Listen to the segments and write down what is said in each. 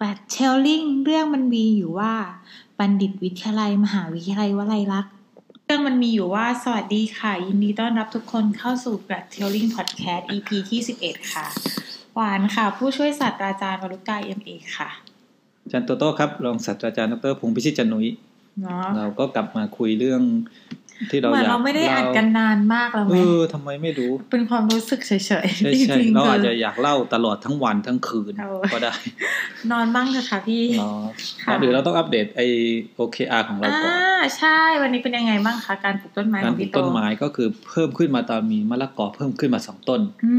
กลัดเชลลิง เรื่องมันมีอยู่ว่า บัณฑิตวิทยาลัย มหาวิทยาลัยวลัยลักษณ์ เรื่องมันมีอยู่ว่า สวัสดีค่ะ ยินดีต้อนรับทุกคนเข้าสู่กลัดเชลลิงพอดแคสต์ EP ที่11 ค่ะ หวานค่ะ ผู้ช่วยศาสตราจารย์วรุตกายเอ็มเอค่ะ อาจารย์โตโต้ครับรองศาสตราจารย์ดรพงศ์พิชิตจันทร์นุ้ย เนาะ เราก็กลับมาคุยเรื่องที่เรา เหมือ อน ยาก เราไม่ได้อัดกันนานมากแล้วไห เอ ม อทำไมไม่รู้ เป็นความรู้สึกเฉยๆใช่ ใช่ จ ใช่ ริงๆ เราอาจ คื จะอยากเล่าตลอดทั้งวันทั้งคืน เอา ก็ได้ นอนบ้างเถอะค่ะพี่ เนาะ ค่ะ หรือเราต้องอัปเดตไอ OKR ของเรา อ่า ก่อน ใช่ วันนี้เป็นยังไงบ้างคะการปลูกต้นไม้ขการ อง ปลู พี่ ก โต ต้นไม้ก็คือเพิ่มขึ้นมาตอนมีมะละกอเพิ่มขึ้นมาสองต้น อื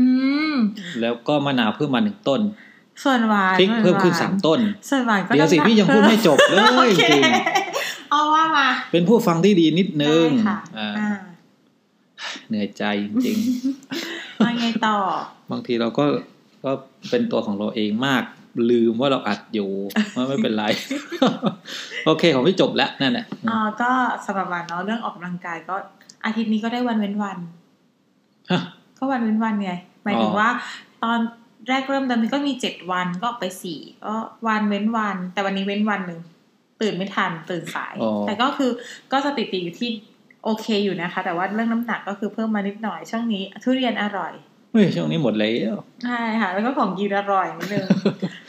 ม แล้วก็มะนาวเพิ่มมาหนึ่งต้น ส่วนหวาน พริกเพิ่มขึ้นสามต้น ส่วนหวานก็ เดี๋ยวสิ น้ำหนัก พี่ยังพูดไม่จบเล พิ่มโอย จ เค ริง เอาว่ามา ๆเป็นผู้ฟังที่ดีนิดนึง ได้ค่ะ อ่า อ่า เหนื่อยใจจริงๆ ว่าไงต่อบ างทีเราก็ก็เป็นตัวของเราเองมาก ลืมว่าเราอัดอยู่ ว่าไม่เป็นไร โอเค ของพี่จบแล้วนั่นแหละ อ่าก็สำหรับหวานเนาะเรื่องออกกำลังกายก็ อาทิตย์นี้ก็ได้วันเว้นวัน ฮะ ก็วันเว้นวันไงหมายถึง อ๋อ ว่า ตอนแรกเริ่มตอนนี้ก็มีเจ็ดวันก็ออกไปสี่ก็วันเว้นวัน แต่วันนี้เว้นวันหนึ่งตื่นไม่ทันตื่นสาย อ๋อ แต่ก็คือก็สถิติอยู่ที่โอเคอยู่นะคะ แต่ว่าเรื่องน้ำหนักก็คือเพิ่มมานิดหน่อยช่วงนี้ทุเรียนอร่อย เฮ้ยช่วงนี้หมดแล้ว ใช่ค่ะ แล้วก็ของกินอร่อยนิด นึง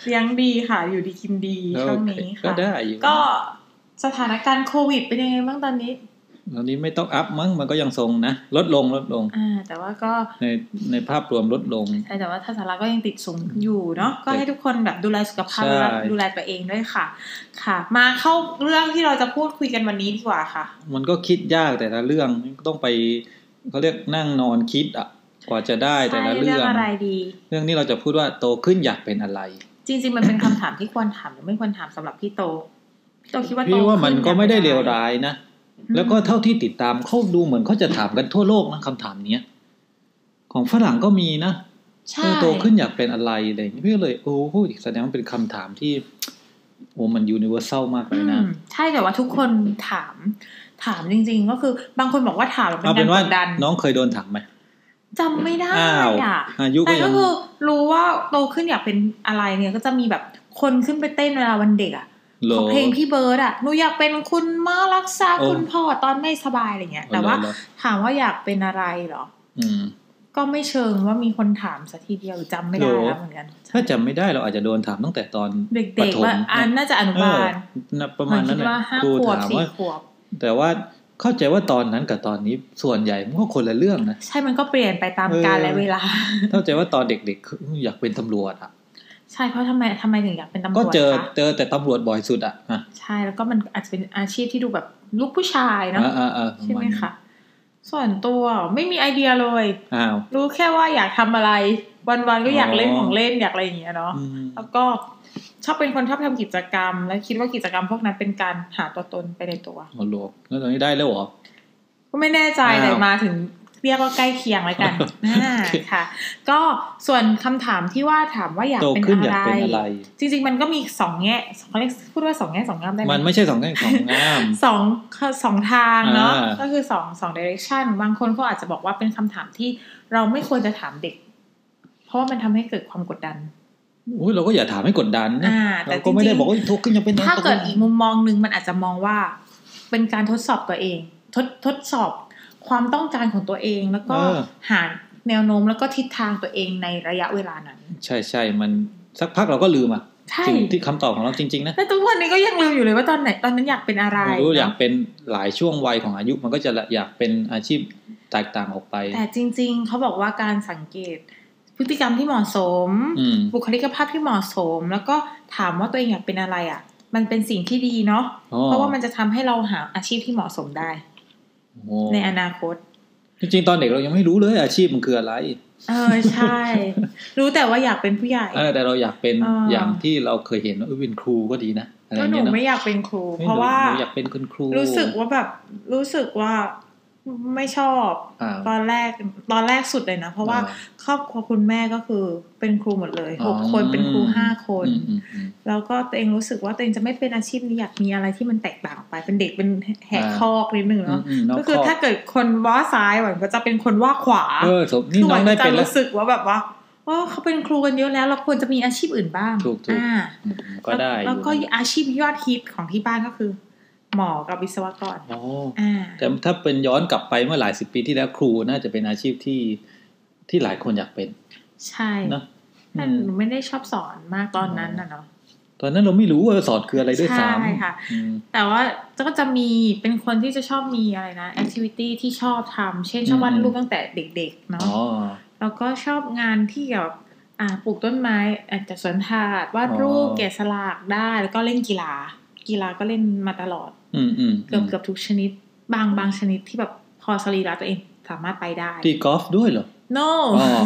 เลี้ยงดีค่ะ อยู่ดีกินดีช่วงนี้ ก็ ค่ะ ได้อยู่ ก็สถานการณ์โควิดเป็นยังไงบ้างตอนนี้ ตอนนี้ไม่ต้องอัพมั้งมันก็ยังทรงนะ ลดลงลดลง อ่า แต่ว่าก็ ในในภาพรวมลดลง ใช่แต่ว่าถ้าสาระก็ยังติดสูงอยู่เนาะก็ให้ทุกคนแบบดูแลสุขภาพ ใช่ และดูแลตัวเองด้วยค่ะ ค่ะ มาเข้าเรื่องที่เราจะพูดคุยกันวันนี้ดีกว่าค่ะ มันก็คิดยากแต่ละเรื่องต้องไปเขาเรียกนั่งนอนคิดอ่ะกว่าจะได้แต่ ใช่ ละ เรื่ เรื่ อ อง ง อะไรดี เรื่องนี้เราจะพูดว่าโตขึ้นอยากเป็นอะไร จริง ๆ มันเป็นคำถามที่ควรถามหรือไม่ควรถามสำหรับพี่โตพี่โตคิดว่าโต พี่ว่ามัน ขึ้ ก็ไม่ได้ อ เล ง ว อะร ร้ายนะ อืม แล้วก็เท่าที่ติดตามเขาดูเหมือนเขาจะถามกันทั่วโลกนะคำถามเนี้ย ของฝรั่งก็มีนะ ใช่ ว่าโตขึ้นอยากเป็นอะไรอะไรอย่างเงี้ยพี่ก็เลยโอ้โหแสดงว่าเป็นคำถามที่ โอ้มันยูนิเวอร์แซลมากเล อื ยนะ มใช่แต่ว่าทุกคนถามถามจริง ๆ ก็คือบางคนบอกว่าถาม เอา แบ เป็ บ น ก ว่า ดดัน น้องเคยโดนถามไหม จำไม่ได้ อ้าว อ่ะ อายุก็ แต่ ยั ก็ ง คือรู้ว่าโตขึ้นอยากเป็นอะไรเนี่ยก็จะมีแบบคนขึ้นไปเต้นเวลาวันเด็กอ่ะ โหล ของเพลงพี่เบิร์ดอ่ะหนูอยากเป็นคุณหมารักษา โอ้ คุณพ่อตอนไม่สบายอะไรเงี้ย แต่ว่า โหลโหล ถามว่าอยากเป็นอะไรเหรอ อืม ก็ไม่เชิงว่ามีคนถามสักทีเดียวหรือจำไม่ได้ โหล แล้วเหมือนกัน ถ้าจำไม่ได้เราอาจจะโดนถามตั้งแต่ตอนปเด็ก ฐ ๆ ม ว่าอันน่าจะอเอบนุา อ ล นะประมาณนั้น เหอ แห นคิด ละ ว่าห้า ครู ขวบ ถาม สี่ ว่า ขวบ แต่ว่าเข้าใจว่าตอนนั้นกับตอนนี้ส่วนใหญ่มันก็คนละเรื่องนะ ใช่มันก็เปลี่ยนไปตาม เออ กาลและเวลา เข้าใจว่าตอนเด็กๆคืออยากเป็นตำรวจอ่ะ ใช่เพราะทำไมทำไมถึงอยากเป็นตำรวจ ก็เจอ คะ เจอแต่ตำรวจบ่อยสุดอ่ะอ่ะ ใช่แล้วก็มันอาจจะเป็นอาชีพที่ดูแบบลูกผู้ชายเนาะ อ่าอ่าอ่า ใช่ไหม ปราน คะส่วนตัวไม่มีไอเดียเลย อ้าว รู้แค่ว่าอยากทำอะไร วันๆก็อยากเล่นของเล่นอยากอะไรอย่างเงี้ยเนาะ อืม แล้วก็ชอบเป็นคนชอบทำกิจกรรม และคิดว่ากิจกรรมพวกนั้นเป็นการหาตัวตนไปในตัว โอ้โหลกแล้วตอนนี้ได้แล้วเหรอ ก็ไม่แน่ใจ อ้าว แต่มาถึงเรียกว่าใกล้เคียงแล้วกัน โอเค อ่าค่ะ ก็ส่วนคำถามที่ว่าถามว่าอยาก โต เป็น ขึ้นอยาอะไรกเป็นอะไร จริงๆ มันก็มีสองแง่เขาเรียกพูดว่าสองแง่สองงามได้ไหม มันไม่ใช่สองแง่สองงาม สองเขาสองทางเนาะ อ่า ก็คือสองสองดิเรกชันบางคนก็อาจจะบอกว่าเป็นคำถามที่เราไม่ควรจะถามเด็ก เพราะว่ามันทำให้เกิดความกดดัน อุ้ยเราก็อย่าถามให้กดดันนะ อ่า แต่ เรา จ ก็ ริ ไม่ได้ ง บอกว่าโตขึ้นอยากเป็น ๆถ้าเกิด ตำรวจ อีกมุมมองหนึ่งมันอาจจะมองว่า เป็นการทดสอบตัวเอง ทดทดสอบความต้องการของตัวเอง แล้วก็ เออ หาแนวโน้มแล้วก็ทิศทางตัวเองในระยะเวลานั้น ใช่ใช่มันสักพักเราก็ลืมอ่ะ ใช่ สิ่งที่คำตอบของเราจริง ๆ นะ แต่ทุกวันนี้ก็ยังลืมอยู่เลยว่าตอนไหนตอนนั้นอยากเป็นอะไร ไม่รู้อยาก เนาะ เป็นหลายช่วงวัยของอายุมันก็จะอยากเป็นอาชีพแตกต่างออกไป แต่จริงๆ เขาบอกว่าการสังเกตพฤติกรรมที่เหมาะสม อืม บุคลิกภาพที่เหมาะสม แล้วก็ถามว่าตัวเองอยากเป็นอะไรอ่ะ มันเป็นสิ่งที่ดีเนาะ อ๋อ เพราะว่ามันจะทำให้เราหาอาชีพที่เหมาะสมได้ โอ้ ในอนาคต จริงๆตอนเด็กเรายังไม่รู้เลยอาชีพมันคืออะไร เออใช่ รู้แต่ว่าอยากเป็นผู้ใหญ่ เออแต่เราอยากเป็น อ่า อย่างที่เราเคยเห็นว่าเอ้ยเป็นครูก็ดีนะอะไรอ ก็ ย่าง หนู เงี้ยเนอะ ไม่อยากเป็นครู เฮ้ย เพราะว่า หนูอยากเป็นคุณครู รู้สึกว่าแบบรู้สึกว่า ไม่ชอบ อ่า ตอนแรกตอนแรกสุดเลยนะ เพราะว่า อ่า ครอบครัวคุณแม่ก็คือเป็นครูหมดเลยหกคนเป็นครูห้าคน อืมอืมอืม แล้วก็ตัวเองรู้สึกว่าตัวเองจะไม่เป็นอาชีพนี้อยากมีอะไรที่มันแตกต่างออกไป เป็นเด็กเป็นแหก อ่า คอกนิดนึง อืม เนาะ มน้ง ก็คือ รบ ถ้าเกิดคนว่าซ้ายหวันก็จะเป็นคนว่าขวา เออสม คื นี่ อห น้ วั อง งได้ จะ เป็นแล้ว รู้สึกว่าแบบว่าว่าเขาเป็นครูกันเยอะแล้วเราควรจะมีอาชีพอื่นบ้าง ถูกๆ อ่า อืมก็ได้ แล้วแล้วก็ อยู่ อาชีพยอดฮิตของที่บ้านก็คือ หมอกับวิศวกร อ๋อ อ่า แต่ถ้าเป็นย้อนกลับไปเมื่อหลายสิบปีที่แล้วครูน่าจะเป็นอาชีพที่ที่หลายคนอยากเป็น ใช่ นะ แต่ อืม หนูไม่ได้ชอบสอนมากตอนนั้นนะเนาะ ตอนนั้นเราไม่รู้ว่าสอนคืออะไรด้วยซ้ำ ใช่ค่ะ อืม แต่ว่าก็จะมีเป็นคนที่จะชอบมีอะไรนะแอคทิวิตี้ที่ชอบทำเช่นชอบวาด อืม รูปตั้งแต่เด็กๆ อ๋ เนาะ อ แล้วก็ชอบงานที่เกี่ยวกับอ่าปลูกต้นไม้อาจจะสวนถาดวาดรูป อ๋อ แกะสลักได้แล้วก็เล่นกีฬา กีฬาก็เล่นมาตลอด อืมอืม เกือบเกือบทุกชนิด บางบางชนิดที่แบบพอสรีระตัวเองสามารถไปได้ ตีกอล์ฟด้วยเหรอ no อ๋ อ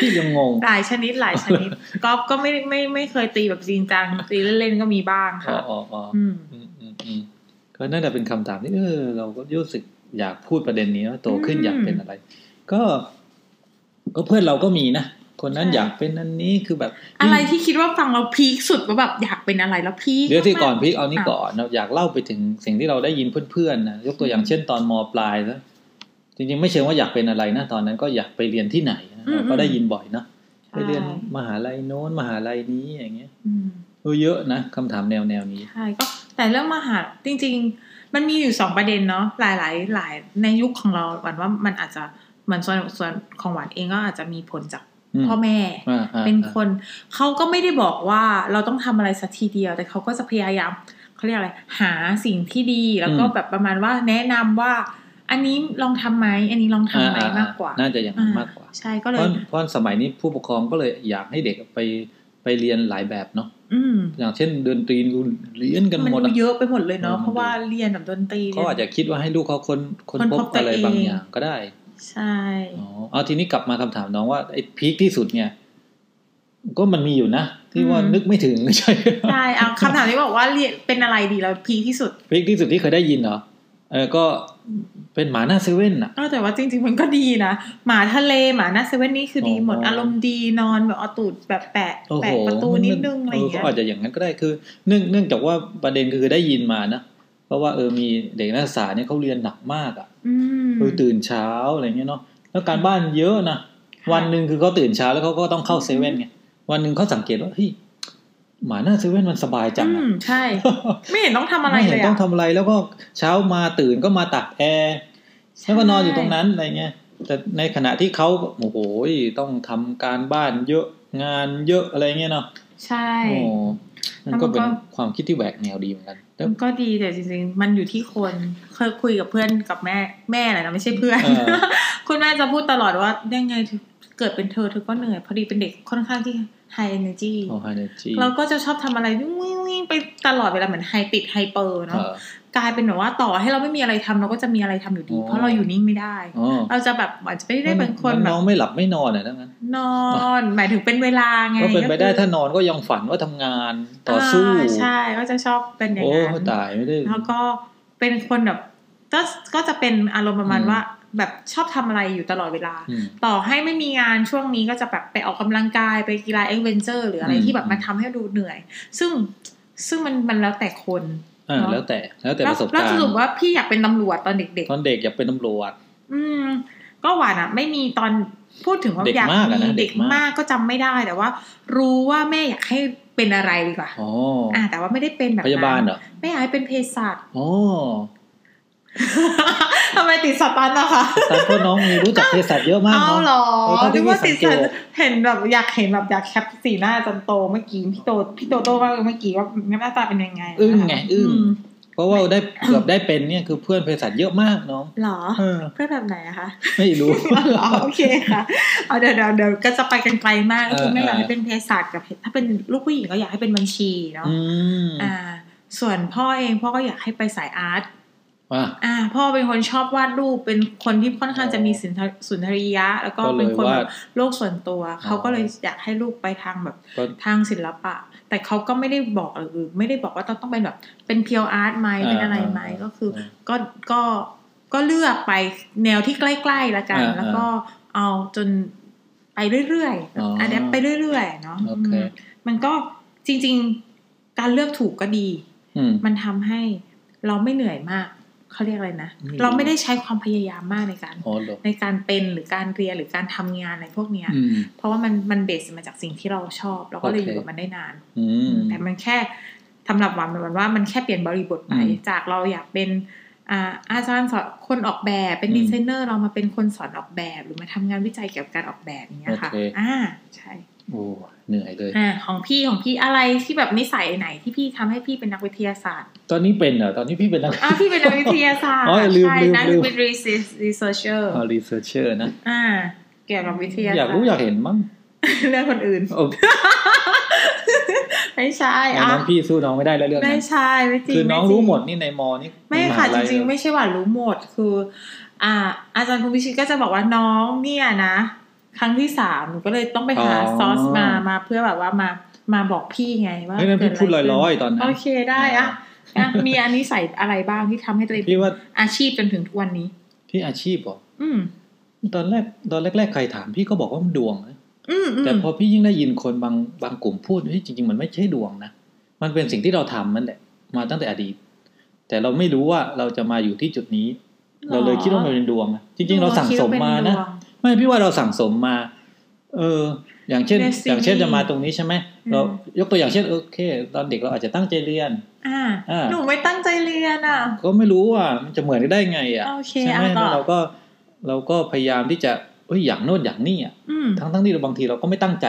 พี่ยังงง หลายชนิดหลายชนิดกอล์ฟก็ไม่ไม่ไม่เคยตีแบบจริงจังตีเล่นๆก็มีบ้าง อ๋อ ค่ะ อ๋ออ๋อ อืม อืมอืมอืมก็นั่นแหละเป็นคำถามที่เออเราก็รู้สึกอยากพูดประเด็นนี้ว่าโตขึ้น อืม อยากเป็นอะไร ก็ ก็เพื่อนเราก็มีนะ คนนั้น ใช่ อยากเป็นอันนี้คือแบบ อะไรที่คิดว่าฟังเราพีคสุดว่าแบบอยากเป็นอะไรแล้วพีค เดี๋ยวที่ก่อน มา พี่เอานี่ อ่ะ ก่อนนะอยากเล่าไปถึงสิ่งที่เราได้ยินเพื่อนๆนะยกตัวอย่างเช่นตอนมปลายนะจริงๆไม่เชิงว่าอยากเป็นอะไรนะตอนนั้นก็อยากไปเรียนที่ไหนนะเราก็ได้ยินบ่อยเนาะ ไปเรียน ใช่ มหาลัยโน้นมหาลัยนี้อย่างเงี้ย อืม เออเยอะนะคำถามแนวแนวนี้ ใช่ก็แต่เรื่องมหาจริง ๆ มันมีอยู่สองประเด็นเนาะหลายหลายๆหลายในยุคของเราหวันว่ามันอาจจะเหมือนส่วนส่วนของหวานเองก็อาจจะมีผลจาก อืม พ่อแม่ อ่าอ่า เป็นค อ่าน เขาก็ไม่ได้บอกว่าเราต้องทำอะไรสักทีเดียว แต่เขาก็จะพยายามเขาเรียกอะไร หาสิ่งที่ดีแล้วก็แบบประมาณว่าแนะนำว่า อันนี้ลองทำไหมอันนี้ลองทำไหม อ่อ่ มากกว่า น่าจะอย่างนั้นมากกว่า อ่ใช่ก็เลยเพราะเพราะสมัยนี้ผู้ปกครองก็เลยอยากให้เด็กไปไปเรียนหลายแบบเนาะ อืม อย่างเช่นดนตรีเรียนกัน มัน หมด ดู อะ เยอะไปหมดเลยเนาะ เออมัน เพราะว่าเรียนแบบดนตรี เขาอาจ เรียน จะคิดว่าให้ลูกเขาคนคน คน พ พ บบอะไร ตัวเอง บางอย่างก็ได้ ใช่ อ๋อเอาทีนี้กลับมาคำถามน้องว่าไอ้พีคที่สุดเนี่ย ก็มันมีอยู่นะที่ว่านึกไม่ถึง ใช่ ใช่เอาคำถามที่บอกว่าเรียนเป็นอะไรดีเราพีคที่สุด พีคที่สุดที่เคยได้ยินเหรอเออก็เป็นหมาหน้าเซเว่นอะ เออแต่ว่าจริง ๆ มันก็ดีนะหมาทะเลหมาหน้าเซเว่นนี่คือดีหมด อ๋ออ อารมณ์ดีนอนแบบเอาตูดแบบแปะ โอ้โห แปะประตูนิดนึงอะไรอย่าง เก็ เงี้ย อาจจะอย่างนั้นก็ได้คือ เนื่องเนื่องจากว่าประเด็นคือได้ยินมานะเพราะว่าเออมีเด็กนักศึกษาเนี่ยเขาเรียนหนักมากอ่ะ อืม คือตื่นเช้าอะไรเงี้ยเนาะแล้วการบ้านเยอะนะ ค่ะ วันหนึ่งคือเขาตื่นเช้าแล้วเขาก็ต้องเข้า อืม เซเว่นไงวันหนึ่งเขาสังเกตว่าเฮ้ยหมาหน้าเซเว่นมันสบายจัง อื อะ มใช่ ไม่เห็นต้องทำอะไร ไม่ เล เห็น ย ต้อ อะ งทำอะไรแล้วก็เช้ามาตื่นก็มาตักแอร์ แล้วก็นอนอยู่ตรงนั้นอะไรเงี้ย แต่ในขณะที่เขาโอ้โหต้องทำการบ้านเยอะงานเยอะอะไรเงี้ยเนาะ ใช่ โอ้ แล้วมั มัน นก็ ก็เป็นความคิดที่แหวกแนวดีเหมือนกันแล้ว มันก็ดีแต่จริงๆ มันอยู่ที่คนเคยคุยกับเพื่อนกับแม่แม่แหละนะไม่ใช่เพื่อน เออ คุณแม่จะพูดตลอดว่าได้ไงถึงเกิดเป็นเธอเธอก็เหนื่อย พอดีเป็นเด็กค่อนข้างที่ high energy โอ้ไฮเนจี เราก็จะชอบทำอะไรวิ่งๆไปตลอดเวลาเหมือนไฮติดไฮเปอร์ เอ เนาะ อ กลายเป็นแบบว่าต่อให้เราไม่มีอะไรทำเราก็จะมีอะไรทำอยู่ดี อ๋อ เพราะเราอยู่นิ่งไม่ได้ อ๋อ เราจะแบบอาจจะไม่ได้เป็นคน มั แบ น้ บ องไม่หลับไม่นอนอ่ะทั้งนั้น นอน หมายถึงเป็นเวลาไง ก็เป็นไปได้ คือ ถ้านอนก็ยังฝันว่าทำงานต่อสู้ าใช่ก็จะชอบเป็นอย่าง โอ้ นั้น ตายไม่ได้ แล้วก็เป็นคนแบบก็ก็จะเป็นอารมณ์ประมาณ อืม ว่า แบบชอบทำอะไรอยู่ตลอดเวลา อืม ต่อให้ไม่มีงานช่วงนี้ก็จะแบบไปออกกำลังกายไปกีฬาเอ็กเวนเจอร์หรืออะไร อืม ที่แบบมันทำให้ดูเหนื่อย ซึ่งซึ่งมันมันแล้วแต่คน อ่า เนอะ แล้วแต่แล้วแต่ แล้ ป ว ระสบ แล้ว การ สรุป ณ์ ว่าพี่อยากเป็นตำรวจตอนเด็ก ตอนเด็กอยากเป็นตำรวจ ๆ อืม ก็หวานอ่ะ ไม่มีตอนพูดถึงว่า เด็ก อยาก มากอะนะ มี เด็ เด็ ก ก มาก มากก็จำไม่ได้แต่ว่า รู้ว่าแม่อยากให้เป็นอะไรดีกว่า อ๋อ อ่า แต่ว่าไม่ได้เป็นแบบ พยาบาล นั้น เหรอ ไม่อยากให้เป็นเภสัช อ๋อ ทำไมติดสัตว์นั้นนะคะ แต่ก็น้องมีรู้จักเภสัชเยอะมาก เอา เนาะ เหรอ เออเท่าที่ นึกว่า พี่ ติดสัสันงเกต เห็นแบบอยากเห็นแบบอยากแคปสีหน้าจันโตเมื่อกี้พี่โตพี่โตโตว่าเมื่อกี้ว่าหน้าตาเป็นยังไง อึ้งไงอึ้ง ม เพราะว่าได้เกือบได้เป็นเนี่ยคือเพื่อนเภสัชเยอะมากน้อง เหรอ เออ เพื่อนแบบไหนอะคะ ไม่รู้ เหรอโอเคค่ะเอาเดี๋ยวเดี๋ยวเดี๋ยวก็จะไปกันไกลมากก็คือ เออ ไม่อยาก เออ ให้เป็นเภสัชกับเภถ้าเป็นลูกผู้หญิงก็อยากให้เป็นบัญชีเนาะ อืม อ่า ส่วนพ่อเองพ่อก็อยากให้ไปสายอาร์ต อ่ะ อ่าพ่อเป็นคนชอบวาดรูปเป็นคนที่ค่อนข้างจะมีสุนทรสุนทรียะ แล้วก็ ก็เลย เป็นคน วา แบ ด บโลกส่วนตัว อ๋อ เขาก็เลยอยากให้ลูกไปทางแบบ ก็ ทางศิลปะ แต่เขาก็ไม่ได้บอกหรือไม่ได้บอกว่าต้องต้องเป็นแบบเป็นเพียวอาร์ตไหม อ่า เป็นอะไรไหม อ่า ก็คืออา ก็ก็ ก็เลือกไปแนวที่ใกล้ๆละกัน อ่า แล้วก็เอาจนไปเรื่อย อ๋อ ๆ อั อัดแอปไปเรื่อยๆเนาะ โอเค อืมมันก็จริงๆการเลือกถูกก็ดี อืม มันทำให้เราไม่เหนื่อยมากเขาเรียกอะไรนะ ไม่เหนื่อย เราไม่ได้ใช้ความพยายามมากในการ อ๋อเหรอ ในการเป็นหรือการเรียนหรือการทำงานอะไรพวกเนี้ย อืม เพราะว่ามันมันเบสมาจากสิ่งที่เราชอบ เราก็เลย โอ อ เค ยู่กับมันได้นาน อืม แต่มันแค่สำหรับวันมันว่ามันแค่เปลี่ยนบริบทไป อืม จากเราอยากเป็นอ่าอาจารย์สอนคนออกแบบเป็น อืม ดีไซเนอร์เรามาเป็นคนสอนออกแบบ หรือมาทำงานวิจัยเกี่ยวกับการออกแบบอย่างเนี้ยค่ะ โอเค อ่าใช่ โอ้เหนื่อยเลย อ่าของพี่ของพี่อะไรที่แบบนิสัยไหนที่พี่ทำให้พี่เป็นนักวิทยาศาสตร์ ตอนนี้เป็นเหรอตอนนี้พี่เป็นนัก อ่าพี่เป็นนักวิทยาศาสตร์ อ๋อลืม ใช่ ลืม นัก ลืม วิทยาศาสตร์รีเสิร์ชเชอร์ รีเสิร์ชเชอร์นะ อ่าเกี่ยวกับวิทยา อ ศาส ยา ต ก ร์ รู้อยากเห็นมั้ง เรื่องคนอื่น โอ้ ไม่ใช่ อัน อ่ะ นั้นพี่สู้น้องไม่ได้แล้วเรื่อง ไม่ นั้น ใช่ไม่จริง คือน้อง ไจ รู้หมดนี่ในมอนี่ ไม่ค่ะ หา จ ลัย ริงๆ ไม่ใช่ว่ารู้หมดคือ อ่า อาจารย์คุณพิชิตก็จะบอกว่าน้องเนี่ยนะ ครั้งที่สามหนูก็เลยต้องไปหาซอสมามาเพื่อแบบว่ามามาบอกพี่ไงว่า เฮ้ยนั่นพี่พูดลอยๆตอนนั้ โอน เคได้อ่ะอ่ะมีอันนี้ใส่อะไรบ้างที่ทำให้ตัวเอง พี่ว่า อาชีพจนถึงทุกวันนี้ พี่อาชีพเหรอ อืม ตอนแรกตอนแรกๆใครถามพี่ก็บอกว่ามันดวงนะ อืมอืม แต่พอพี่ยิ่งได้ยินคนบางบางกลุ่มพูดเฮ้ยจริง ๆ มันไม่ใช่ดวงนะ มันเป็นสิ่งที่เราทำนั่นแหละมาตั้งแต่อดีต แต่เราไม่รู้ว่าเราจะมาอยู่ที่จุดนี้ เราเลยคิดว่ามันเป็นดวงนะจริง ๆ เราสั่งสมมานะ คิดว่เป็ดวง ไม่พี่ว่าเราสั่งสมมา เออ อย่างเช่น Destiny อย่างเช่นจะมาตรงนี้ใช่ไหม อืม เรายกตัวอย่างเช่นโอเค ตอนเด็กเราอาจจะตั้งใจเรียน อ่า อ่า หนูไม่ตั้งใจเรียนอ่ะ ก็ไม่รู้ว่ามันจะเหมือนกันได้ไงอ่ะ โอเค ใช่ไหม อ่ะต่อ แล้วเราก็เราก็พยายามที่จะเอ้ยอย่างโน่นอย่างนี่อ่ะ อืม ทั้งทั้งๆที่เราบางทีเราก็ไม่ตั้งใจ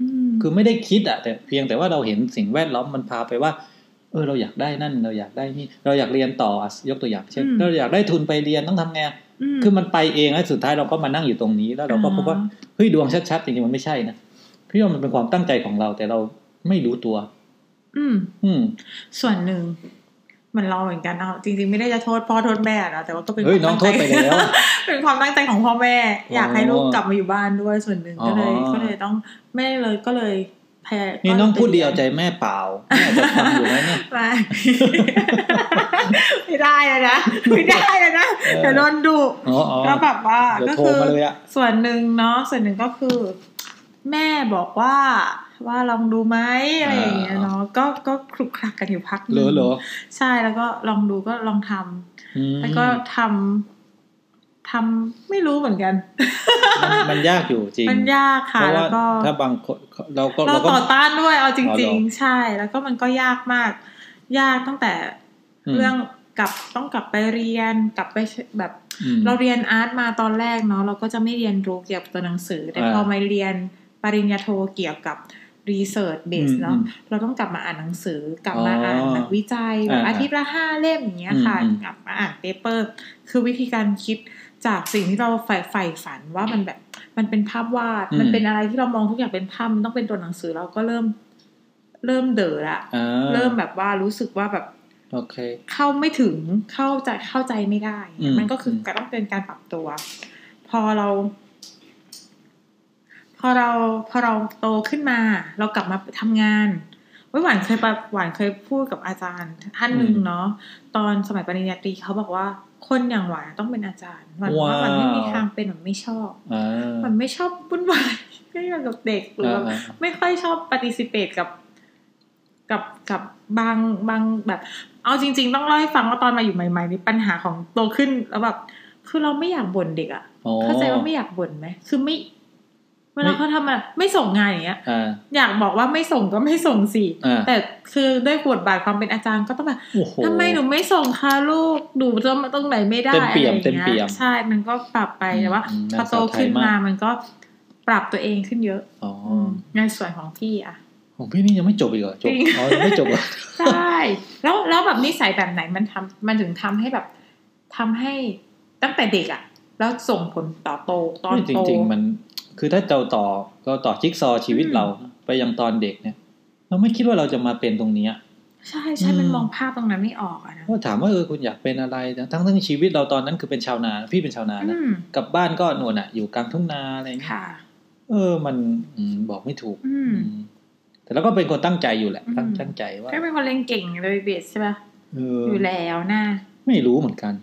อืม คือไม่ได้คิดอะแต่เพียงแต่ว่าเราเห็นสิ่งแวดล้อมมันพาไปว่า เออเราอยากได้นั่นเราอยากได้นี่เราอยากเรียนต่ออะยกตัวอย่างเช่น อืม เราอยากได้ทุนไปเรียนต้องทำไง ม คือมันไปเองแล้วสุดท้ายเราก็มานั่งอยู่ตรงนี้ แล้วเราก็พบว่าเฮ้ยดวงชัดๆจริงๆมันไม่ใช่นะพี่ว่ามันเป็นความตั้งใจของเราแต่เราไม่รู้ตัว อืม อืม ส่วนหนึ่งเหมันเราเหมือนกันเอาจริงๆไม่ได้จะโทษพ่อโทษแม่นะแต่ว่าก็เป็น เฮ้ยน้อง ความ โทษไป ตั้งใจ แล้ว เป็นความตั้งใจของพ่อแม่ อ๋ออยอากให้ลูกกลับมาอยู่บ้านด้วยส่วนหนึ่งก็เลย อ๋อ ก็เลยต้องแม่เลยก็เลยแพ้ นี่ ก็ น้องพูดเดียวใจแม่เปล่าแม่อาจจะฟังอยู่ไหมเนี่ย ไม่ ไม่ได้เลยนะไม่ได้เลยนะ เออ เดี๋ยวโดนดุ อ๋ออ๋อ ก็แบบว่า เดี๋ยว ก็ โทร คือ มาเลยอะ ส่วนหนึ่งเนาะส่วนหนึ่งก็คือ แม่บอกว่าว่าลองดูไหมอะไรอย่างเงี้ยเนาะก็ก็คลุกคลักกันอยู่พักห เหร นึ่ อง เหรอ ใช่แล้วก็ลองดูก็ลองทำ อืม แล้วก็ทำทำไม่รู้เหมือนกัน มันมันยากอยู่จริง มันยากค่ะ เพราะ แล้ว ่าว ก็ ถ้าบางคนเราก็ เรา เราก็ ต่อต้านด้วยเอาจริง เอาเหรอ ๆ ใช่ แล้วก็มันก็ยากมาก ยากตั้งแต่ ม เรื่องกลับต้องกลับไปเรียนกลับไปแบบ อืม เราเรียนอาร์ตมาตอนแรกเนาะเราก็จะไม่เรียนรู้เกี่ยวกับตัวหนังสือ แต่ อ่า พอมาเรียนปริญญาโทเกี่ยวกับรีเสิร์ชเบส อืม เนาะ อืม เราต้องกลับมาอ่านหนังสือกลับ อ๋อ มาอ่านงานวิจัยแบบ อ่า อาทิตย์ละห้าเล่มอย่างเงี้ย อืม ค่ะ อืม กลับมาอ่านเปเปอร์ คือวิธีการคิดจากสิ่งที่เราใฝ่ใฝ่ฝันว่ามันแบบมันเป็นภาพวาดมันเป็นอะไรที่เรามองทุกอย่างเป็นภาพมันต้องเป็นตัวหนังสือเราก็เริ่มเริ่มเด๋อละ อ่า เริ่มแบบว่ารู้สึกว่าแบบ โอเค เข้าไม่ถึงเข้าใจเข้าใจไม่ได้ อืม มันก็คืออ ม ก็ต้องเป็นการปรับตัว พอเรา พอเราพอเราโตขึ้นมา เรากลับมาทำงานเว้ยหวานเคยปะหวานเคยพูดกับอาจารย์ ท่านหนึ่งเนาะตอนสมัยปริญญาตรีเขาบอกว่า คนอย่างหวานต้องเป็นอาจารย์หวานว่าหวานไม่มีทางเป็นหวานไม่ชอบ อ่า หวานไม่ชอบวุ่นวายไม่อยากกับเด็กหรือแบบ อ่า ไม่ค่อยชอบปฏิสิเ t e กับกับกับบางบางแบบ เอาจริง ๆ ต้องเล่าให้ฟังว่าตอนมาอยู่ใหม่ๆนี่ปัญหาของโตขึ้นแล้วแบบคือเราไม่อยากบ่นเด็กอะ่ะ อ๋อ เข้าใจว่าไม่อยากบ่นไหมคือไม่เวลาเขาทำอะไม่ส่งงานอย่างเงี้ย อ่า อยากบอกว่าไม่ส่งก็ไม่ส่งสิ อ่า แต่คือด้วยบทบาทความเป็นอาจารย์ก็ต้องแบบ โอ้โห ทำไมหนูไม่ส่งคะลูกหนูจะมาตรงไหนไม่ได้ เต็มเปี่ยม อะไรอา เต็ งงี้ มเปี่ยม ใช่มันก็ปรับไป อืม แต่ว่า อืม พอโตขึ้น น่าสะท้ายมาม าก มันก็ปรับตัวเองขึ้นเยอะ อ๋อ ในส่วนของพี่อะ ของพี่นี่ยังไม่จบอีกเหรอจบ จริง อ๋อยังไม่จบเหรอ ใช่ แล้วแล้วแบบนิสัยแบบไหนมันทำมันถึงทำให้แบบทำให้ตั้งแต่เด็กอะแล้วส่งผลต่อโตตอน ไม่จ โต ริง ๆ มัน คือถ้าเราต่อเราต่อจิ๊กซอว์ชีวิต อืม เราไปยังตอนเด็กเนี่ย เราไม่คิดว่าเราจะมาเป็นตรงเนี้ย ใช่ใช่มัน อืม มองภาพตรงนั้นไม่ออกอะนะ ก็ถามว่าเออคุณอยากเป็นอะไรนะทั้งทั้งชีวิตเราตอนนั้นคือเป็นชาวนาพี่เป็นชาวนา อื นะ ม กลับบ้านก็นวลอ่ะ อยู่กลางทุ่งนาอะไรเงี้ย ค่ะ เออมันอืมบอกไม่ถูก อืม อืมแต่เราก็เป็นคนตั้งใจอยู่แหละ ตั้ง อืม ตั้งใจว่า ก็เป็นคนเล่นเก่งโดยเบสใช่ป่ะ เออ อยู่แล้วนะ ไม่รู้เหมือนกัน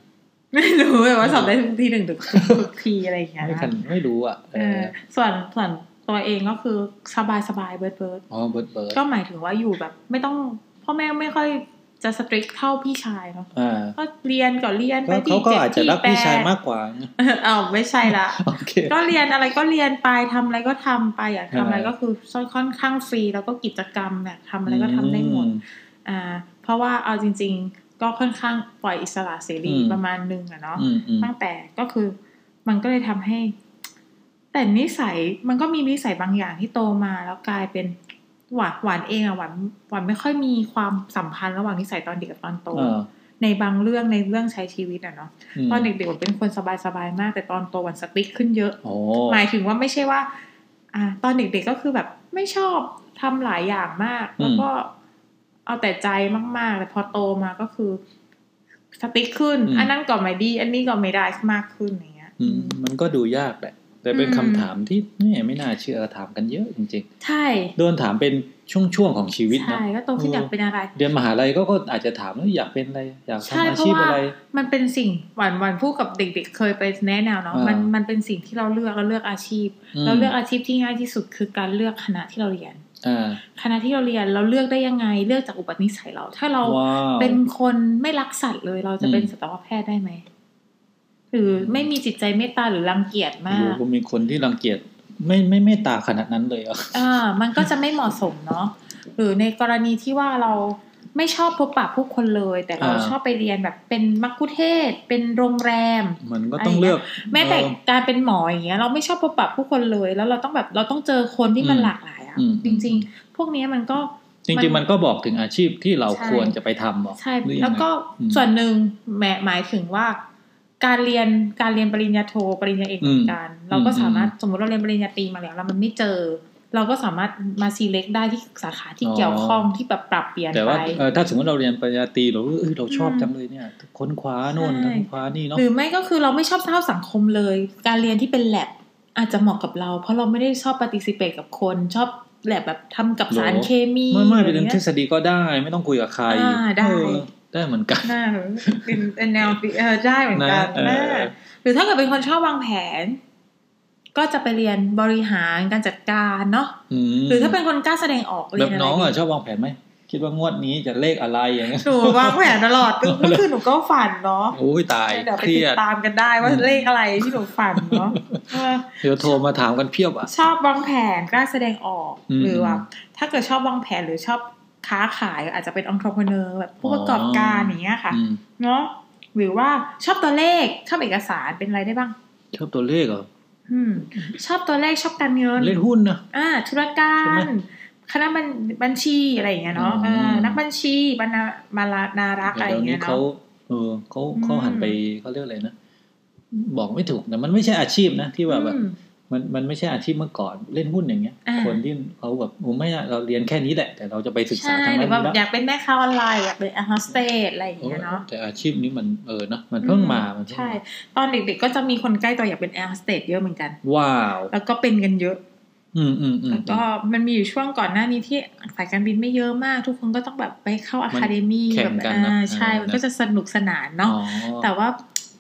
ไม่รู้แต่ว่าสอบได้ทุกทีหนึ่งทุกทุกทีอะไรอย่างเงี้ย ไม่ นะ คันไม่รู้อ่ะเอ เอ อ อส่วนส่วนตัวเองก็คือสบายสบายเบิร์ดเบิร์ด อ๋อเบิร์ดเบิร์ด ก็หมายถึงว่าอยู่แบบไม่ต้องพ่อแม่ไม่ค่อยจะสตริกเท่าพี่ชายเนาะ อ่า ก็เรียนก็เรียนไป ก็ ที เขาก็ เจ็ด อาจจะ ที รัก แป พี่ชาย ด มากก ว่านะ เออ เอาไม่ใช่ละ โอเค ก็เรียนอะไรก็เรียนไปทำอะไรก็ทำไปอยากทำอะไร เออ ก็คือค่อนข้างฟรีแล้วก็กิจกรรมอยากทำอะไรก็ทำได้หมด อื อ่า เพราะว่าเอาจริง ๆ ก็ค่อนข้างปล่อยอิสระเสรี อืม ประมาณหนึงอะเนาะ อืมอืม ตั้งแต่ก็คือมันก็เลยทำให้ แต่นิสัยมันก็มีนิสัยบางอย่างที่โตมาแล้วกลายเป็นหวานหวานเองอะหวานหวานไม่ค่อยมีความสัมพันธ์ระหว่างนิสัยตอนเด็กกับตอนโต อ่า ในบางเรื่องในเรื่องใช้ชีวิตอะเนาะ ม ตอนเด็กๆหวานเป็นคนสบายๆมาก แต่ตอนโตหวานสติ๊กขึ้นเยอะ โอ้ หมายถึงว่าไม่ใช่ว่า อ่า ตอนเด็กๆก็คือแบบไม่ชอบทำหลายอย่างมาก แล้วก็เอาแต่ใจมากๆแต่พอโตมาก็คือ สติ๊กขึ้น อันนั้นก็ไม่ดี อันนี้ก็ไม่ได้มากขึ้นอย่างเงี้ย อืมมันก็ดูยากแหละแต่เป็น อืม คำถามที่แหม่ไม่น่าเชื่อถามกันเยอะจริง ใช่ ๆโดนถามเป็นช่วงๆของชีวิตเน ใช่ อะ ก็โตขึ้นอยากเป็นอะไร เรียนมหาลัยก็ก็อาจจะถามว่าอยากเป็นอะไร อยาก ใช่ ทำอา เพราะ ชีพ ว่า อะไร มันเป็นสิ่งหวานหวานพูดกับเด็ก ๆ เคยไปแนะแนวเนาะ อ่ามั มันมันเป็นสิ่งที่เราเลือกเราเลือกอาชีพ อืม เราเลือกอาชีพที่ง่ายที่สุดคือการเลือกคณะที่เราเรียน อ่า คณะที่เราเรียนเราเลือกได้ยังไง เลือกจากอุปนิสัยเรา ถ้าเรา ว้าว เป็นคนไม่รักสัตว์เลยเราจะเป็น อืม สัตวแพทย์ได้ไหมหรือไม่มีจิตใจเมตตาหรือรังเกียจมา ดู ก ผมมีคนที่รังเกียจไม่ไม่ไม่ตาขนาดนั้นเลยเหรอ อ่ามันก็จะไม่เหมาะสมเนาะหรือในกรณีที่ว่าเราไม่ชอบพบปะผู้คนเลย แต่เราชอบไปเรียนแบบเป็นมักคุเทศก์เป็นโรงแรม มันก็ต้องเลือก แม้แต่ เออ การเป็นหมออย่างเงี้ย เราไม่ชอบพบปะผู้คนเลย แล้วเราต้องแบบเราต้องเจอคนที่มัน อืม หลากหลายอะ อืม จริง ๆ พวกเนี้ยมันก็ จริง ๆ มันก็บอกถึงอาชีพที่เรา ใช่ ควรจะไปทำเหรอ ใช่ หรือยังไง แล้วก็ อืม ส่วนหนึ่งแหมหมายถึงว่า การเรียนการเรียนปริญญาโทปริญญาเอกเหมือนกัน เราก็ อืม สามารถสมมติเราเรียนปริญญาตรีมาแล้วแล้วมันไม่เจอ เราก็สามารถมาซีเล็กได้ที่สาขาที่ อ๋อ เกี่ยวข้องที่แบบปรับเปลี่ยน แต่ ไป ว่าเออถ้าสมมติเราเรียนปริญญาตรีเราเออเราชอบ อืม จังเลยเนี่ยค้นคว้าโน่น ใช่ ค้นคว้านี่เนาะ หรือไม่ก็คือเราไม่ชอบเข้าสังคมเลย การเรียนที่เป็นแลบอาจจะเหมาะกับเรา เพราะเราไม่ได้ชอบปฏิสิเปตกับคน ชอบแลบแบบทำกับสารเคมี ไม่ไม่เป็น อะไร เรื่องทฤ เงี้ย ษฎีก็ได้ ไม่ต้องคุยกับใคร อ่าได้ เออได้เหมือนกัน น่าเป็นเป็นแนวฟิเออได้เหมือนกัน นะเออ น่าหรือถ้าเกิดเป็นคนชอบวางแผน ก็จะไปเรียนบริหารการจัดการเนาะ ม หรือถ้าเป็นคนกล้าแสดงออก แบ เรีย บ นอะไร น้องอ่ะ ดี ชอบวางแผนไหมคิดว่างวดนี้จะเลขอะไรอย่างเงี้ย หนูวางแผนตล อดก็คือหนูก็ฝันเนาะ โอ้ยตาย เดี๋ยวไป เครี ติดยด ตามกันได้ว่า อืม เลขอะไรที่หนูฝันเนาะ เออ เดี๋ยวโทรมาถามกันเพียบอ่ะ ชอบวางแผนกล้าแสดงออก อืม หรือว่าถ้าเกิดชอบวางแผนหรือชอบค้าขายอาจจะเป็นองค์ประกอบแบบผู้ประกอบการ อ๋อ อ อ ย่างเงี้ยค่ะ อืม เนาะหรือว่าชอบตัวเลขชอบเอกสารเป็นอะไรได้บ้าง ชอบตัวเลขเหรอ อืม ชอบตัวเลขชอบการเงิน เล่นหุ้นนะ อ่าธุรกา ใช่ รคไหมณะบัญบัญชีอะไรอย่างเงี้ยเนาะ อืม เออนักบัญชีบรรณามาลานารักษ์อะไร เดี๋ อ ยว ย่าง นี้ เงี้ย เขา เนาะ เออเขา อืม เขาหันไปเขาเรียกอะไรนะบอกไม่ถูกนะมันไม่ใช่อาชีพนะที่ว่าแบบ อืม มันมันไม่ใช่อาชีพเมื่อก่อนเล่นหุ้นอย่างเงี้ย อ่า คนที่เขาแบบผมไม่อะเราเรียนแค่นี้แหละ แต่เราจะไปศึกษา ใช่ ทาง ห นั้ รื น อว่า แล้ว อยากเป็นแม่ค้าออนไลน์อยากเป็นอาร์สเตดอะไรอย่าง เออ เงี้ยเนาะ แต่อาชีพนี้มันเออเนอะมันเพิ่งมามันเพิ่ง ใช่ มา ตอนเด็กๆก็จะมีคนใกล้ตัวอยากเป็นแอร์สเตดเยอะเหมือนกัน ว้าว แล้วก็เป็นกันเยอะ อืมอืมอืม แล้วก็มันมีอยู่ช่วงก่อนหน้านี้ที่สายการบินไม่เยอะมาก ทุกคนก็ต้องแบบไปเข้าอะคาเดมี่ แข่ แบบ งกันนะ อ่าใช่ เออนะ มันก็จะสนุกสนานเนาะ อ๋อ แต่ว่า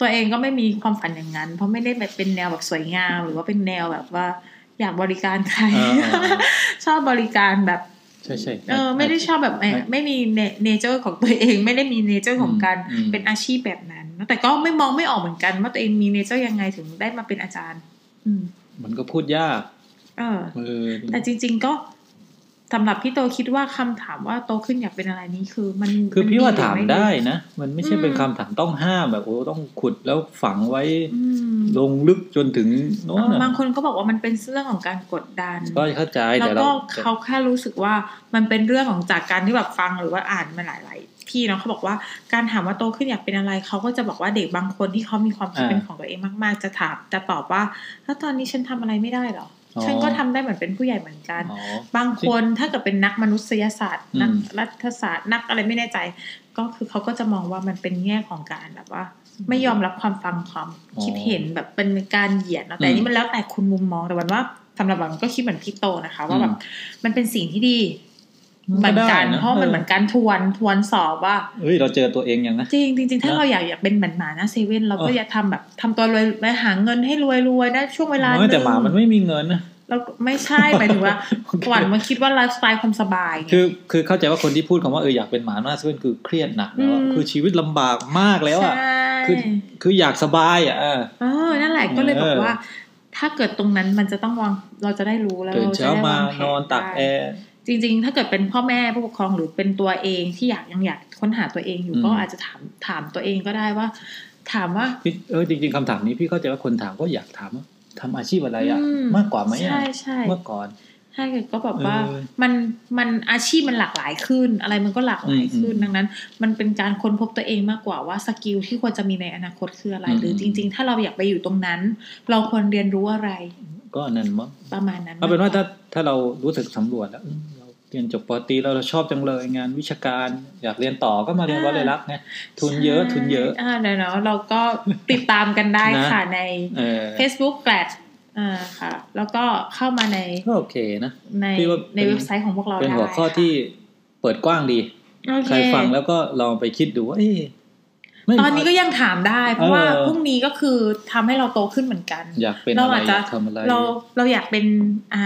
ตัวเองก็ไม่มีความฝันอย่างนั้น เพราะไม่ได้แบบเป็นแนวแบบสวยงาม หรือว่าเป็นแนวแบบว่าอยากบริการใคร เออเออ ชอบบริการแบบ ใช่ใช่ เออไม่ได้ชอบแบบไม่ไม่มีเนเจอร์ของตัวเอง ไม่ได้มีเนเจอร์ของการ มม เป็นอาชีพแบบนั้น แต่ก็ไม่มองไม่ออกเหมือนกัน ว่าตัวเองมีเนเจอร์ยังไงถึงได้มาเป็นอาจารย์ อืม มันก็พูดยาก เออ เออ แต่จริง ๆก็สำหรับพี่โตคิดว่าคำถามว่าโตขึ้นอยากเป็นอะไรนี้คือ มัน คือพี่ว่าถาม นอยู่ห ได้นะ มันไม่ใช่ อืม เป็นคำถามต้องห้ามแบบโอ้ต้องขุดแล้วฝังไว้ อืม ลงลึกจนถึงโน้น เออ น่ะ บางคนก็บอกว่ามันเป็นเรื่องของการกดดัน ก็เข้าใจ แล้ว แต่ ก็ เรา เขาแค่รู้สึกว่ามันเป็นเรื่องของจากการที่แบบฟังหรือว่าอ่านมาหลาย ๆ ที่เนาะเขาบอกว่าการถามว่าโตขึ้นอยากเป็นอะไรเขาก็จะบอกว่าเด็กบางคนที่เขามีความคิดเป็นของตัวเองมาก ๆ จะถามจะตอบว่าแล้วตอนนี้ฉันทำอะไรไม่ได้หรออฉันก็ทำได้เหมือนเป็นผู้ใหญ่เหมือนกัน อ๋อ บางคนถ้าเกิดเป็นนักมนุษยศาสตร์ อืม นักรัฐศาสตร์นักอะไรไม่แน่ใจ ก็คือเขาก็จะมองว่ามันเป็นแง่ของการแบบว่า ไม่ยอมรับความฟังความคิดเห็นแบบเป็นการเหยียดเนอะแต่อันนี้มันแล้วแต่คุณมุมมองแต่วันว่าสำหรับวันก็คิดเหมือนพี่โตนะคะ ว่าแบบมันเป็นสิ่งที่ดี เหมือนกัน ก็ได้นะ เพราะมัน เออ เหมือนการทวนทวนสอบว่า เฮ้ยเราเจอตัวเองยังนะ จริงจริงๆถ้า นะ เราอยากอยากเป็นเหมือนหมาหน้าเซเว่นเราก็ เออ อ อ ย่าทำแบบทำตัวรวยไปหาเงินให้รวยรวยๆนะช่วงเวลาห เออ นึ่ง แต่หมามันไม่มีเงินนะ เราไม่ใช่หมายถึงว่า โอเค ก่อนมันคิดว่าไลฟ์สไตล์ความสบายไง คือคือเข้าใจว่าคนที่พูดคำว่าเอออยากเป็นหมาหน้าเซเว่นคือเครียดหนักแล้วอะ อืม คือชีวิตลำบากมากแล้วอ่ะ ใช่ คือ คืออยากสบายอ่ะเออ เออนั่นแหละก็เลย เออ บอกว่า ถ้าเกิดตรงนั้นมันจะต้องวางเราจะได้รู้แล้ว ตื่น เราจะ เช้า ได้ มาว างแผ นอนตักแอ ได้ ร์ จริง ๆ ถ้าเกิดเป็นพ่อแม่ผู้ปกครองหรือเป็นตัวเองที่อยากยังอยากค้นหาตัวเองอยู่ อืม ก็อาจจะถามถามตัวเองก็ได้ว่า ถามว่า พี่เออจริง ๆคำถามนี้พี่เข้าใจว่าคนถามก็อยากถามว่าทำอาชีพอะไรอ่ะ อืม มากกว่าไหมอ่ะ ใช่ใช่ เมื่อก่อน ใช่ค่ะก็แบบว่า เออ มันมันอาชีพมันหลากหลายขึ้น อะไรมันก็หลากหลายขึ้น อืมอืม ดังนั้น มันเป็นการค้นพบตัวเองมากกว่าว่าสกิลที่ควรจะมีในอนาคตคืออะไร อืม หรือจริง ๆ ถ้าเราอยากไปอยู่ตรงนั้น เราควรเรียนรู้อะไร ก็นั่นมั้ง ประมาณนั้น เอาเป็นว่า ถ้า ถ้าถ้าเรารู้สึกสำรวจแล้วอืมเราเรียนจบปอตรีแล้วเราชอบจังเลยงานวิชาการ อยากเรียนต่อก็มาเรียนวัดเลยรักษณ์ไงทุนเยอะทุนเยอะ อ่าเดี๋ยวเนาะเราก็ติดตามกันได้ นะ ค่ะใน เออ Facebook แกลดอ่าค่ะ แล้วก็เข้ามาใน ก็โอเคนะ ใน พี่ว่าเป็น ในเว็บไซต์ของพวกเรา เป็น ได้ หัวข้อที่เปิดกว้างดี โอเค ใครฟังแล้วก็ลองไปคิดดูว่าเอ๊ะไม่ ตอนนี้ก็ยังถามได้ เพราะว่า เออ พรุ่งนี้ก็คือทำให้เราโตขึ้นเหมือนกัน อยากเป็น เรา อะไร อาจจะ อยากทำอะไร เราเราอยากเป็นอ่า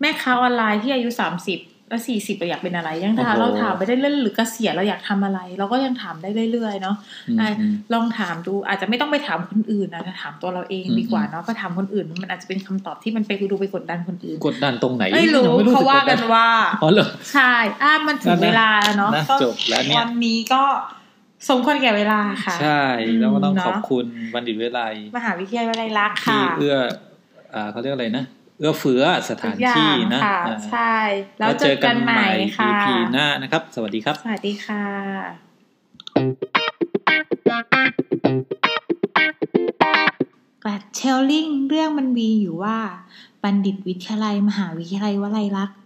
แม่ค้าออนไลน์ที่อายุสามสิบแล้วสี่สิบเราอยากเป็นอะไรยังถาม โอ้โห เราถามไปได้เรื่อยๆหรือเกษียณเราอยากทำอะไร เราก็ยังถามได้เรื่อยๆเนาะ อืม อ่ะ อืม ลองถามดูอาจจะไม่ต้องไปถามคนอื่นนะถามตัวเราเองดีกว่า อืม เนาะเพราะถามคนอื่น มันอาจจะเป็นคำตอบที่มันไปดูไปกดดันคนอื่น กดดันตรงไหน ไม่รู้ ยังสึ เขาว่า ดดั กันว่า อ๋อเหรอ ใช่อ่ะมันถึง นั่นนะ เวลาแล้วเนาะ นะ ก็ จบแล้วเนี่ย วันนี้ก็สมควรแก่เวลาค่ะ ใช่แล้วก็ต้อง อืมเนอะ ขอบคุณบัณฑิตวิไล มหาวิทยาลัยรักษณ์ ที่ ค่ะ เอื้ออ่าเขาเรียกอะไรนะ เอื้อเฟื้อสถานที่นะ ค่ะ อ่า ใช่ แล้วเจอกันใหม่ค่ะ แล้วเจอกันใหม่ EP หน้านะครับ สวัสดีครับ สวัสดีค่ะกลัดเชลลิงเรื่องมันมีอยู่ว่า บัณฑิตวิทยาลัย มหาวิทยาลัยวลัยลักษณ์